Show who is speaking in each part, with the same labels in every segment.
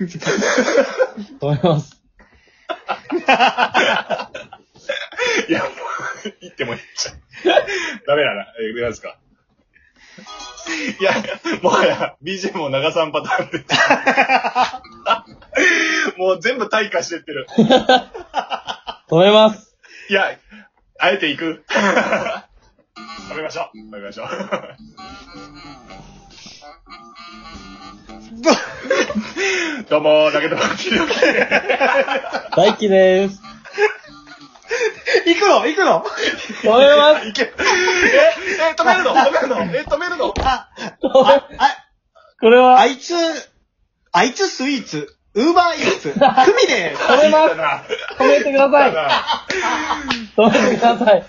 Speaker 1: 止めます。
Speaker 2: いや、もう、言ってもいいじゃん。ダメだな。え、何ですかいや、もはや、BGM も長さんパターンで。もう全部退化してってる。
Speaker 1: 止めます。
Speaker 2: いや、あえて行く食べましょう。食べましょう。どうも、だけど、キリオキ
Speaker 1: 大輝です。
Speaker 3: 行くの行くの
Speaker 1: 止めます。
Speaker 2: いけ。え、え、止めるの止めるのえ、 止めるの
Speaker 3: あ、
Speaker 1: 止め
Speaker 3: あ、あ、
Speaker 1: これは、
Speaker 3: あいつ、あいつスイーツ、ウーバーイーツ、クミで
Speaker 1: 止めます。
Speaker 2: な
Speaker 1: 止めてください。止めてください。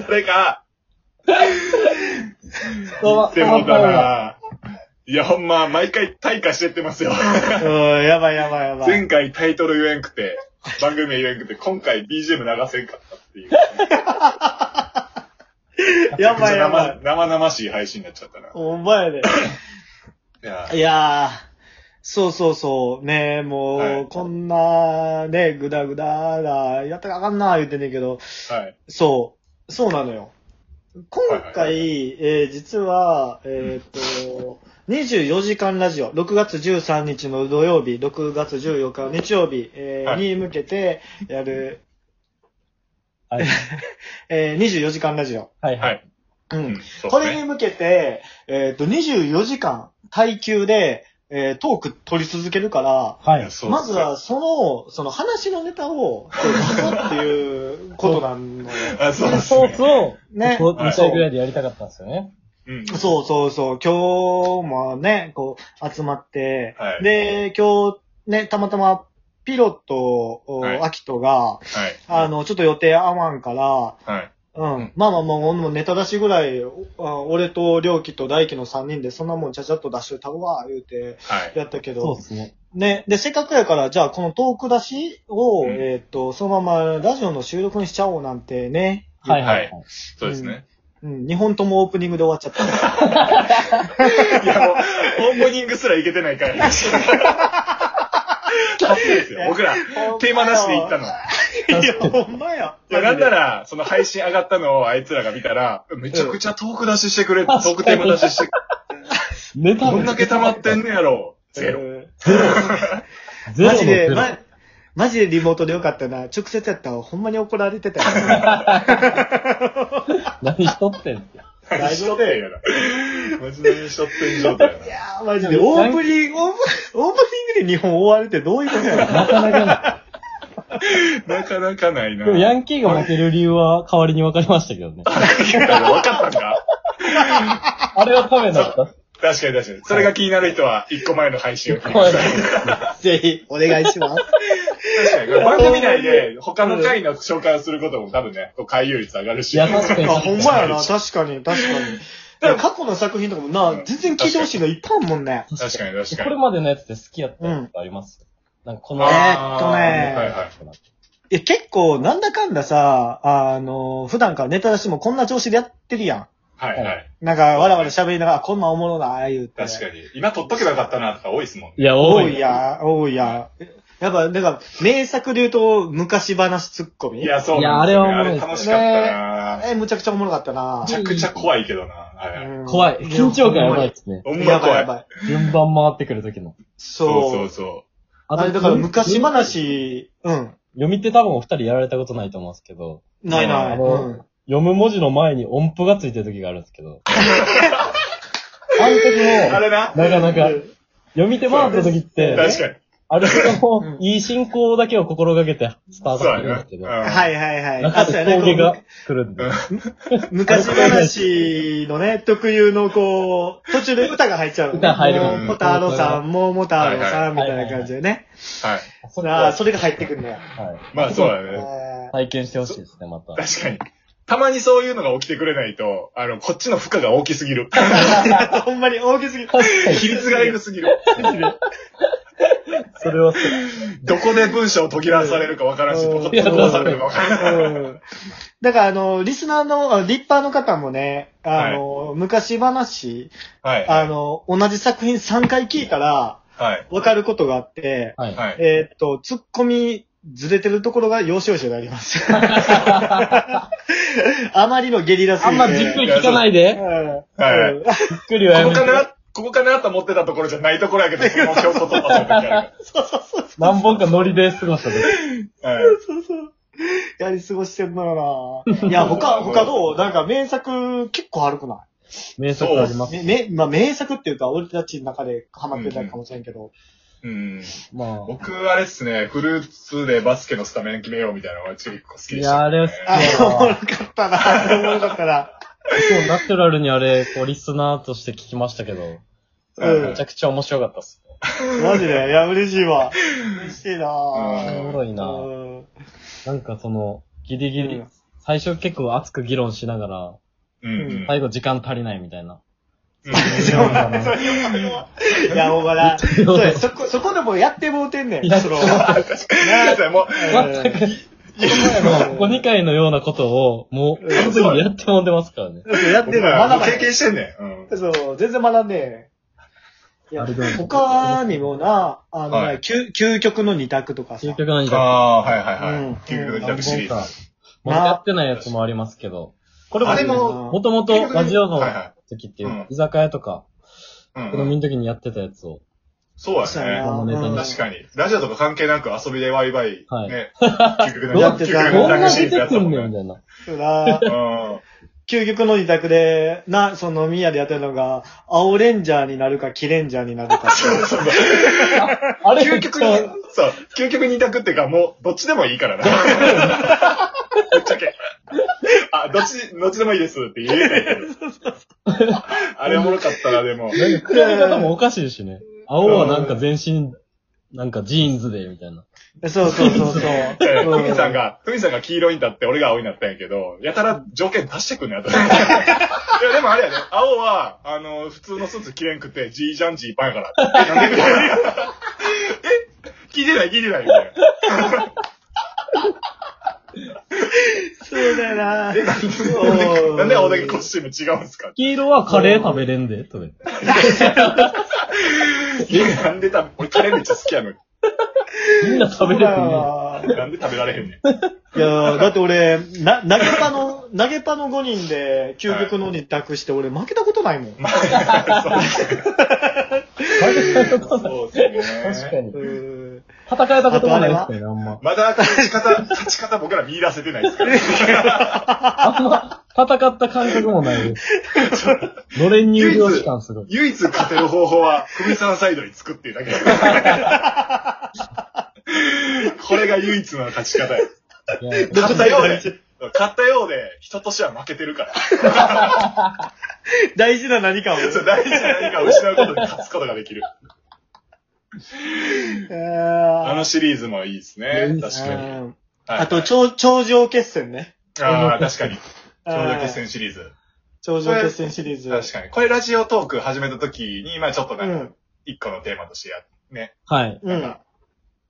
Speaker 2: 誰か、
Speaker 1: どうも。
Speaker 2: でもだな。いや、ほんま、毎回退化してってます よ。
Speaker 3: す。 うん、やばいやばいやばい。
Speaker 2: 前回タイトル言えんくて、番組名言えんくて、今回 BGM 流せんかったっていう。
Speaker 3: やばいやばい。
Speaker 2: 生生々しい配信になっちゃったな。
Speaker 3: お前で。
Speaker 2: いや
Speaker 3: いやー、そうそうそう、ねもう、
Speaker 2: はい
Speaker 3: こんな、ね、ぐだぐだが、やったらあかんな、言ってんねんけど、
Speaker 2: はい。
Speaker 3: そう、そうなのよ。今回、
Speaker 2: はいはいは
Speaker 3: えー実は、えーっと、24時間ラジオ、6月13日の土曜日、6月14日の日曜日、えー
Speaker 2: はい
Speaker 3: に向けてやる、
Speaker 1: はい
Speaker 3: えー24時間ラジオ。
Speaker 1: はい
Speaker 2: は
Speaker 1: はい。
Speaker 2: い。
Speaker 3: うん。
Speaker 2: うんそう
Speaker 3: こ
Speaker 2: っす
Speaker 3: れに向けて、えーっと、24時間耐久で、えートーク取り続けるから、
Speaker 1: はいい
Speaker 2: や。そうっ
Speaker 3: ますずは、その、その話のネタを、こう出そうっていうことなのよ。
Speaker 2: あ、 そうです
Speaker 1: そう
Speaker 2: ね。
Speaker 1: そう。
Speaker 3: ね
Speaker 1: ね。2回ぐらいでやりたかったんですよね。
Speaker 2: うん
Speaker 3: そうそうそう。今日もね、こう、集まって、
Speaker 2: はい
Speaker 3: で、今日ね、たまたま、ピロット、お
Speaker 2: はい
Speaker 3: アキトが、
Speaker 2: はい。
Speaker 3: あの、ちょっと予定合わんから、
Speaker 2: はい。
Speaker 3: うん。
Speaker 2: うん
Speaker 3: まあまあもう、もうネタ出しぐらい、おあ俺と、りょうきと、大輝の3人で、そんなもんちゃちゃっと出しといたわ、言うて、
Speaker 2: はい。
Speaker 3: やったけ
Speaker 1: そう
Speaker 3: ど
Speaker 1: で、すね。
Speaker 3: ね。で、せっかくやから、じゃあ、このトーク出しを、
Speaker 2: うん
Speaker 3: えーっと、そのまま、ラジオの収録にしちゃおうなんてね。
Speaker 1: はいはいはい。
Speaker 2: そうですね。
Speaker 3: うん。2本ともオープニングで終わっちゃった。
Speaker 2: いや、もう、オープニングすらいけてない から。 初ですよ。僕ら、 テーマなしで行ったの。い
Speaker 3: いや、ほんまや。
Speaker 2: や、なんなら、その配信上がったのをあいつらが見たら、めちゃくちゃトーク出ししてくれ、トークテーマ出しして、
Speaker 1: ネタ
Speaker 2: どんだけ溜まってんねやろ。ゼロ。
Speaker 3: うん
Speaker 1: ゼロ
Speaker 3: マ
Speaker 1: のゼ
Speaker 3: ジで、
Speaker 1: ロ。
Speaker 3: ま、マジでリモートでよかったな。直接やったらほんまに怒られてたよ。。
Speaker 1: 何しとってん
Speaker 2: 何しとってんやな。マジで何しとってん状態やない
Speaker 3: やー、マジで、オープニング、オープオープニングで日本終わるってどういうことやろ
Speaker 1: なかなかない。
Speaker 2: なかなかないな。
Speaker 1: でもヤ
Speaker 2: ン
Speaker 1: ンキーが負ける理由は代わりに分かりましたけどね。
Speaker 2: キーだ分かったんだ。
Speaker 1: あれはためだった。
Speaker 2: 確かに確かに。それが気になる人は、一個前の配信を聞いてください。
Speaker 3: ぜひ、お願い します。
Speaker 2: 確かに。番組内で、他の回の紹介をすることも多分ね、こう回遊率上がるし。
Speaker 1: いや確か
Speaker 3: あ、
Speaker 1: に
Speaker 3: ほんまやな。確かに、確かに。
Speaker 2: でも
Speaker 3: 過去の作品とかもな、全然聞いてほしいのいっぱいあるもんね。
Speaker 2: 確かに確か
Speaker 1: これ
Speaker 2: に。
Speaker 1: までのやつで好きやったやつとかありますなんかこの、
Speaker 2: あー
Speaker 3: えーっとね
Speaker 2: はいはい。
Speaker 3: いや、結構、なんだかんださ、あの、普段からネタ出しもこんな調子でやってるや
Speaker 2: はいはい。
Speaker 3: ん。なんか、わらわら喋りながら、こんなんおもろない、言うて。
Speaker 2: 確かに。今撮っとけばよかったなとか多いですもんね。
Speaker 1: いや、多
Speaker 3: 多
Speaker 1: い。
Speaker 3: いや、多いや。やっぱ、なんか、名作で言うと、昔話ツッコミ
Speaker 2: いや、そうなんで
Speaker 1: い
Speaker 2: す
Speaker 1: やあれは
Speaker 2: よ
Speaker 1: おもろいで
Speaker 2: ね。
Speaker 1: す
Speaker 2: あれ楽しかったな
Speaker 3: え、むちゃくちゃおもろかったな
Speaker 2: めちゃくちゃ怖いけどな。はいはい。
Speaker 1: 怖い。緊張感やばいっ。すね。
Speaker 2: ほ
Speaker 3: うん
Speaker 2: ん
Speaker 3: や
Speaker 2: ま
Speaker 3: ばい
Speaker 2: 怖
Speaker 3: や
Speaker 2: い。
Speaker 3: ばい。
Speaker 1: 順番回ってくる時の。
Speaker 2: そう
Speaker 3: そ
Speaker 2: そう
Speaker 3: う。
Speaker 2: そ
Speaker 3: あれだから昔。話、うん。
Speaker 1: 読みって多分お二人やられたことないと思うんですけど、
Speaker 3: ないな
Speaker 1: あ
Speaker 3: い。
Speaker 1: の
Speaker 3: うん
Speaker 1: 読む文字の前に音符がついてる時があるんですけ ど。あの時
Speaker 2: う。
Speaker 1: も
Speaker 2: あ、れな。
Speaker 1: なかなか、読み手回った時って、
Speaker 2: 確かに。
Speaker 1: あれほど
Speaker 3: う
Speaker 1: も
Speaker 3: ん
Speaker 1: いい進行だけを心がけてスタート
Speaker 2: そ
Speaker 1: す
Speaker 2: うや
Speaker 1: るんで
Speaker 2: な。
Speaker 1: すけ。ど、
Speaker 3: はいいはいはい。
Speaker 1: 中
Speaker 3: そう
Speaker 1: で
Speaker 3: やね
Speaker 1: 攻撃が
Speaker 3: こ
Speaker 1: 来るんで
Speaker 2: うん。
Speaker 3: う昔話のね、特有のこう、途中で歌が入っちゃうのね。
Speaker 1: 歌入る
Speaker 3: もうモタロさん、もうモタロさん、み
Speaker 1: はいはい
Speaker 3: たいな感じでね。
Speaker 2: はい。
Speaker 1: そこ
Speaker 3: あ
Speaker 1: は
Speaker 3: あ、それが入ってくるんだよ。
Speaker 1: はい
Speaker 2: まあそうだ
Speaker 3: え
Speaker 2: ね。
Speaker 3: ー
Speaker 1: 体験してほしいですね、 また。
Speaker 2: 確かに。たまにそういうのが起きてくれないと、あの、こっちの負荷が大きすぎ る。
Speaker 3: ほんまに大きすぎる。
Speaker 1: 確かに、
Speaker 2: 比率がエグすぎる。
Speaker 1: それはそう。
Speaker 2: どこで文章を途切らされるかわからんし、
Speaker 3: うん
Speaker 2: どこで飛ばされるかわからん。
Speaker 3: うんだから、あの、リスナーの、あリッパーの方もね、あの、昔話、
Speaker 2: はい。
Speaker 3: あの、同じ作品3回聞いたら、
Speaker 2: はい。
Speaker 3: 分かることがあって、
Speaker 1: はい。
Speaker 2: はい。
Speaker 3: えーっと、ツッコミずれてるところが要所要所であります。 あまりのゲリラす
Speaker 1: あ
Speaker 3: ぎ
Speaker 1: ん
Speaker 3: て。
Speaker 1: まじっくり聞かない で。
Speaker 3: うん
Speaker 2: はい
Speaker 3: うん
Speaker 1: じっくりはや
Speaker 2: こ
Speaker 1: め
Speaker 2: こ
Speaker 1: て
Speaker 2: か。なここかなと思ってたところじゃないところやけど、その証拠取った時ある
Speaker 1: 何本かノリで過ごした時。
Speaker 2: はい。
Speaker 3: そうそう。やり過ごしてんのよな。いや、他、他どうなんか名作結構あるくな
Speaker 1: 名作あります。
Speaker 3: いめ、め、まあ名作っていうか、俺たちの中でハマってたかもしれんけど。
Speaker 2: うん。
Speaker 1: まあ。
Speaker 2: 僕、あれっすね、フルーツでバスケのスタメン決めようみたいなのが結構好き
Speaker 1: い
Speaker 2: でした、
Speaker 1: や、あれは好き
Speaker 3: あ、
Speaker 1: や
Speaker 3: おもろ
Speaker 1: わ。
Speaker 3: かったな。おもろかったな。
Speaker 1: 今日ナチュラルにあれ、こう、リスナーとして聞きましたけど、
Speaker 3: う
Speaker 1: めちゃくちゃ面白かったっす。
Speaker 3: ん。マジで。いや、嬉しいわ。嬉しいな
Speaker 1: お
Speaker 2: う
Speaker 1: もろいな。
Speaker 3: うん。
Speaker 1: なんかその、ギリギ
Speaker 3: う
Speaker 1: リ
Speaker 3: ん、
Speaker 1: 最初結構熱く議論しながら、
Speaker 2: うん。うん。
Speaker 1: 最後時間足りないみたい な。
Speaker 2: うん
Speaker 3: いや、もうから、そうやそこ、そこでもうやってもうてんねん。
Speaker 1: やっ
Speaker 3: その、
Speaker 2: ごめんなさいもう、
Speaker 1: 全く、この 前のここ2回のようなことを、もう、完全にやってもんでますからね。
Speaker 3: そうやって
Speaker 2: 僕
Speaker 3: るの。
Speaker 2: らも
Speaker 3: 学ば
Speaker 2: う
Speaker 3: へ
Speaker 2: 経
Speaker 3: ん
Speaker 2: 験してんねん。うん。
Speaker 3: そう、全然学んでへん。いや
Speaker 1: ありがとう、
Speaker 3: 他にもな、あの、
Speaker 2: はい
Speaker 3: 究究極の二択とかさ
Speaker 1: 究。極の二
Speaker 2: あ
Speaker 1: 択。
Speaker 2: あ、はいはいは
Speaker 3: うん
Speaker 2: い。究極の逆シリ
Speaker 1: 何本
Speaker 2: ー
Speaker 1: か
Speaker 2: ズ。。
Speaker 1: もうやってないやつもありますけど。これも
Speaker 2: あれ
Speaker 3: も
Speaker 1: もともとラジオの
Speaker 2: はいは
Speaker 1: 時ってい
Speaker 2: うん
Speaker 1: う、居酒屋とか、
Speaker 2: い。うん
Speaker 1: このみの時にやってたやつを。
Speaker 2: そう
Speaker 3: そ
Speaker 2: や
Speaker 3: うや
Speaker 2: ね。
Speaker 1: このネタ
Speaker 3: な。
Speaker 1: に
Speaker 2: 確かに。ラジオとか関係なく遊びでワイワイ、
Speaker 1: はい
Speaker 2: ね。究極の
Speaker 3: だって
Speaker 2: 逆究
Speaker 3: さ
Speaker 2: 極
Speaker 1: ど
Speaker 2: の
Speaker 1: んな
Speaker 2: 逆シリ
Speaker 1: 出
Speaker 2: ーズ
Speaker 1: て
Speaker 2: やっ
Speaker 1: く
Speaker 2: たも
Speaker 1: ん
Speaker 2: ん
Speaker 1: ねんみ
Speaker 2: ね。
Speaker 1: たいな。
Speaker 3: そうな
Speaker 2: うん。
Speaker 3: 究極の二択で、な、その宮でやってるのが、青レンジャーになるか、キレンジャーになるかっていう。
Speaker 2: そう
Speaker 1: あれ
Speaker 2: 究極に、そう、究極二択っていうか、もう、どっちでもいいか らな。ぶっちゃけ。あ、どっち、どっちでもいいですって言えないけど。あれおもろかったな、でも。
Speaker 1: なんか比べ方もおかしいしね。青はなんか全身、なんかジーンズで、みたいな。
Speaker 3: そうそうそうそう。
Speaker 2: え
Speaker 3: う
Speaker 2: ふみさんが、ふみさんが黄色になって、俺が青になったんやけど、やたら条件足してくんのやった。いや、でもあれやね、青は、あの、普通のスーツ着れんくて、ジージャンジーパンやから。え、なんで みたいな。え、聞いてない、聞いてない、みたいな。
Speaker 3: そうだよな。
Speaker 2: なんでなんで青だけコ
Speaker 3: し
Speaker 2: スチューム違うんすか
Speaker 1: 黄色はカレー食べれんで、とか言って。
Speaker 2: え、なんで食べ、俺カレーめっちゃ好きやのに。
Speaker 1: みんな食べれてね。
Speaker 2: なんで食べられへんねん。
Speaker 3: いやーだって俺、な、投げパの、投げパの5人で、究極の二択して、俺負けたことないもん。
Speaker 2: そうですね。
Speaker 1: 確かに。
Speaker 3: うん
Speaker 1: 戦えたこともないですよね、あんま。
Speaker 2: まだ勝ち方、勝ち方僕ら見出せてないですから。
Speaker 1: あんま戦った感覚もないです。のれん入場時間すごい。
Speaker 2: 唯一勝てる方法は、ふみさんサイドに作っていうだけ。これが唯一の勝ち方や。
Speaker 1: いやいや
Speaker 2: 勝ったようで、勝ったようで、人としては負けてるから。
Speaker 3: 大事な何かを。
Speaker 2: そう大事な何かを失うことで勝つことができる。あのシリーズもいいです
Speaker 1: い
Speaker 2: ね
Speaker 1: い。で
Speaker 2: 確
Speaker 1: す
Speaker 2: かに。はい
Speaker 3: うんあと、頂頂上決戦ね。
Speaker 2: ああ、確かに。
Speaker 3: うん
Speaker 2: 長決戦シリーズ。
Speaker 3: 頂上決戦シリーズ。
Speaker 2: 確かに。これラジオトーク始めた時に、まあちょっと
Speaker 3: う
Speaker 2: なんか
Speaker 3: ん、
Speaker 2: 一個のテーマとしてや、ね。
Speaker 1: はい。
Speaker 3: う
Speaker 2: なん
Speaker 3: ん
Speaker 2: か。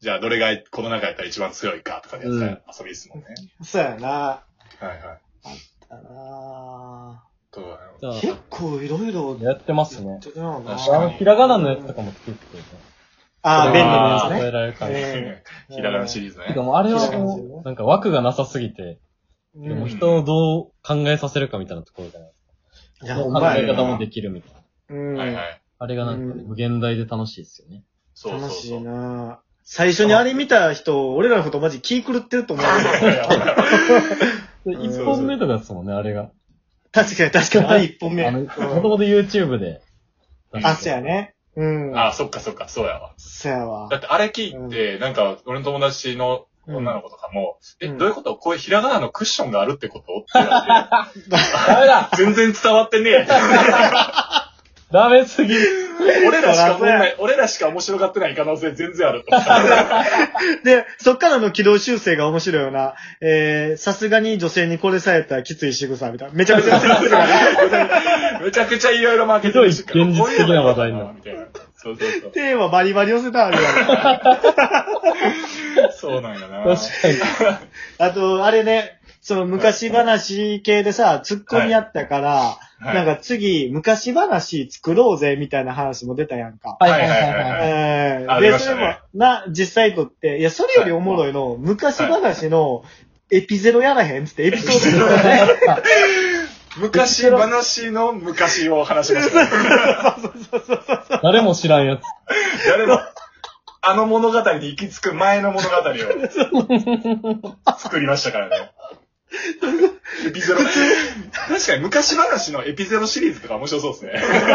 Speaker 2: じゃあどれがこの中やったら一番強いかとかでやったら遊びですもんね。
Speaker 3: そうやな。
Speaker 2: はいはい。
Speaker 3: あ
Speaker 2: どうだろう
Speaker 1: じゃ
Speaker 3: ー結構いろいろ
Speaker 1: あ、やってますね。
Speaker 3: ちょっとな
Speaker 2: 確
Speaker 1: あ
Speaker 2: か
Speaker 1: の、
Speaker 2: に
Speaker 1: ひらがなのやつとかも作ってて、ね。
Speaker 3: あー、便利な
Speaker 1: 覚
Speaker 3: や
Speaker 1: えられる感じ。
Speaker 3: え
Speaker 2: ひらがなシリーズ
Speaker 1: て
Speaker 2: ね
Speaker 1: か。もうあれは
Speaker 3: ひらがなです
Speaker 1: も
Speaker 3: ね
Speaker 1: う、なんか枠がなさすぎて、
Speaker 3: つ
Speaker 1: で
Speaker 3: ね。
Speaker 1: も
Speaker 3: うん
Speaker 1: 人をどう考えさせるかみたいなところじゃないです
Speaker 3: い
Speaker 1: か。
Speaker 3: や、
Speaker 1: 考
Speaker 3: ほんま
Speaker 1: え
Speaker 3: や
Speaker 1: 方もできるみたいな。
Speaker 3: うん
Speaker 2: はいはい。
Speaker 1: あれがなんかね、
Speaker 3: うん
Speaker 1: 無限大で楽しいですよね。
Speaker 2: そうそう
Speaker 3: 楽し
Speaker 2: そ。
Speaker 3: いうな最初にあれ見た人、俺らのことマジ気狂ってると思う。
Speaker 1: で
Speaker 3: うん
Speaker 1: 一本目とかですもんね、あれが。
Speaker 3: 確かに確かに、あれ一本目。
Speaker 1: あの、もともと YouTube で。
Speaker 3: あ、そうやね。うん。
Speaker 2: あ、そっかそっか、そうやわ。
Speaker 3: そうやわ
Speaker 2: だ。ってあれ聞いて、なんか、俺の友達の女の子とかも、
Speaker 3: うん
Speaker 2: え、
Speaker 3: うん
Speaker 2: どういうことこういうひらがなのクッションがあるってことって言わ
Speaker 1: ダメだ
Speaker 2: れて全然伝わってねえ。
Speaker 1: ダメすぎる
Speaker 2: 俺らしか思んない、俺らしか面白がってない可能性全然あると思った。
Speaker 3: で、そっからの軌道修正が面白いよな。えー、さすがに女性にこれさえやったらきつい仕草みたいな。めちゃめちゃ。
Speaker 2: めちゃくちゃいろいろマーケティングしてるから
Speaker 1: ひどい現実的な話題になる
Speaker 2: みたいな。そうそうそう。
Speaker 3: テーマバリバリ寄せたあるやん。
Speaker 2: そうなんやな。
Speaker 1: 確かに。
Speaker 3: あと、あれね、その昔話系でさ、突っ込みあったから、
Speaker 2: はい
Speaker 3: なんか次、昔話作ろうぜ、みたいな話も出たやんか。
Speaker 2: はいはいはいはい
Speaker 3: えー
Speaker 2: あ出
Speaker 3: で、
Speaker 2: まし
Speaker 3: それ
Speaker 2: た
Speaker 3: も、
Speaker 2: ね
Speaker 3: な、実際撮って、いや、それよりおもろいの、昔話の、エピゼロやらへんつって、エピソードゼロやらへん。
Speaker 2: 昔話の昔を話しましたね。
Speaker 1: 誰も知らんやつ。
Speaker 2: 誰も、あの物語に行き着く前の物語を作りましたからね。エピゼロ。確かに昔話のエピゼロシリーズとか面白そうですね。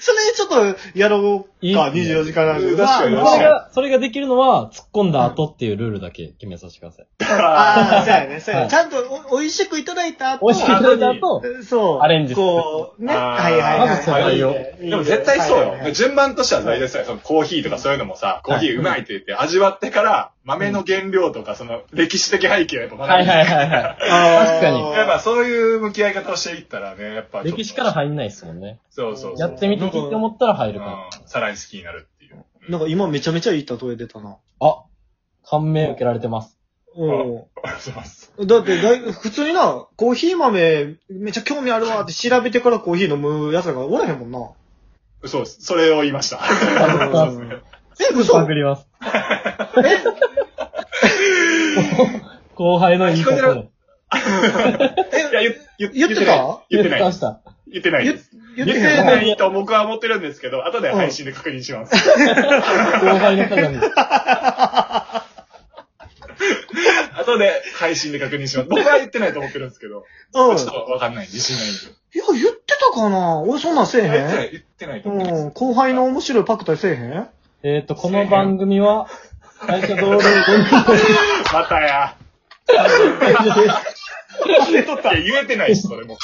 Speaker 3: それちょっと、やろ
Speaker 1: いうい
Speaker 3: か、
Speaker 1: っすね
Speaker 3: 24時間ラジオ。
Speaker 2: 確かに
Speaker 3: まあ
Speaker 1: そ
Speaker 2: 確か
Speaker 1: れ
Speaker 2: に
Speaker 1: が、それができるのは、突っ込んだ後っていうルールだけ決めさせてください。
Speaker 3: ああ、そうやね、そうや
Speaker 1: は
Speaker 3: ね。
Speaker 1: い
Speaker 3: ちゃんとお、美味しくいただいた後、
Speaker 1: 美味しくいただいた後、
Speaker 3: そう。
Speaker 1: アレンジする
Speaker 3: こう、ね。
Speaker 2: あー
Speaker 3: はいはいはい。
Speaker 1: まずその内容
Speaker 2: でも絶対そうよ。
Speaker 3: はいはいはい
Speaker 2: 順番としては大体そうよそのコーヒーとかそういうのもさ、コーヒーうまいって言って味わってから、豆の原料とか、その歴史的背景をやっぱ学ぶ。
Speaker 1: はいはいはいはい。確かに
Speaker 2: やっぱそういう向き合い方をしていったらね、やっぱちょっと
Speaker 1: 歴史から入んないっすもんね。
Speaker 2: そうそうそ
Speaker 1: や
Speaker 2: う。
Speaker 1: ってみていいって思ったら入
Speaker 2: う
Speaker 1: るか
Speaker 2: ん。さらに好きになるっていう。
Speaker 3: なんか今めちゃめちゃいい例え出たな。
Speaker 1: ら。あ、感銘受けられてます。
Speaker 3: う
Speaker 2: ありがとうございます。
Speaker 3: ん。だってだい、普通にな、コーヒー豆、めっちゃ興味あるわ って調べてからコーヒー飲む奴らがおらへんもん な。
Speaker 2: そうです。それを言いました。
Speaker 3: うんえ、嘘
Speaker 1: 探ります。 後輩の言い
Speaker 2: 聞こえて
Speaker 1: 方
Speaker 2: る
Speaker 1: で。
Speaker 2: いや、言言
Speaker 3: 言ってた
Speaker 2: 言って
Speaker 1: 言
Speaker 2: ないで
Speaker 1: っ
Speaker 2: す。
Speaker 1: た。
Speaker 2: 言ってない
Speaker 3: 言
Speaker 2: です。
Speaker 3: 言
Speaker 2: 言
Speaker 3: っ
Speaker 2: ってて
Speaker 3: へん
Speaker 2: な
Speaker 3: の
Speaker 2: いと僕は思ってるんですけど、後で配信で確認します。
Speaker 1: 後輩の方に。
Speaker 2: 後で配信で確認します。僕は言ってないと思ってるんですけど、
Speaker 3: うん。い
Speaker 2: ちょっとわかんない。自信ないんで。
Speaker 3: や、言ってたかな俺そんなんせえ
Speaker 2: 言ってない、
Speaker 3: へ
Speaker 2: 言ってないと思います
Speaker 3: ん。うん。後輩の面白いパクタイせえへん
Speaker 1: えっと、この番組は、会社同僚5人
Speaker 2: またや。
Speaker 1: 会社で
Speaker 2: いや、言えてないし、それも。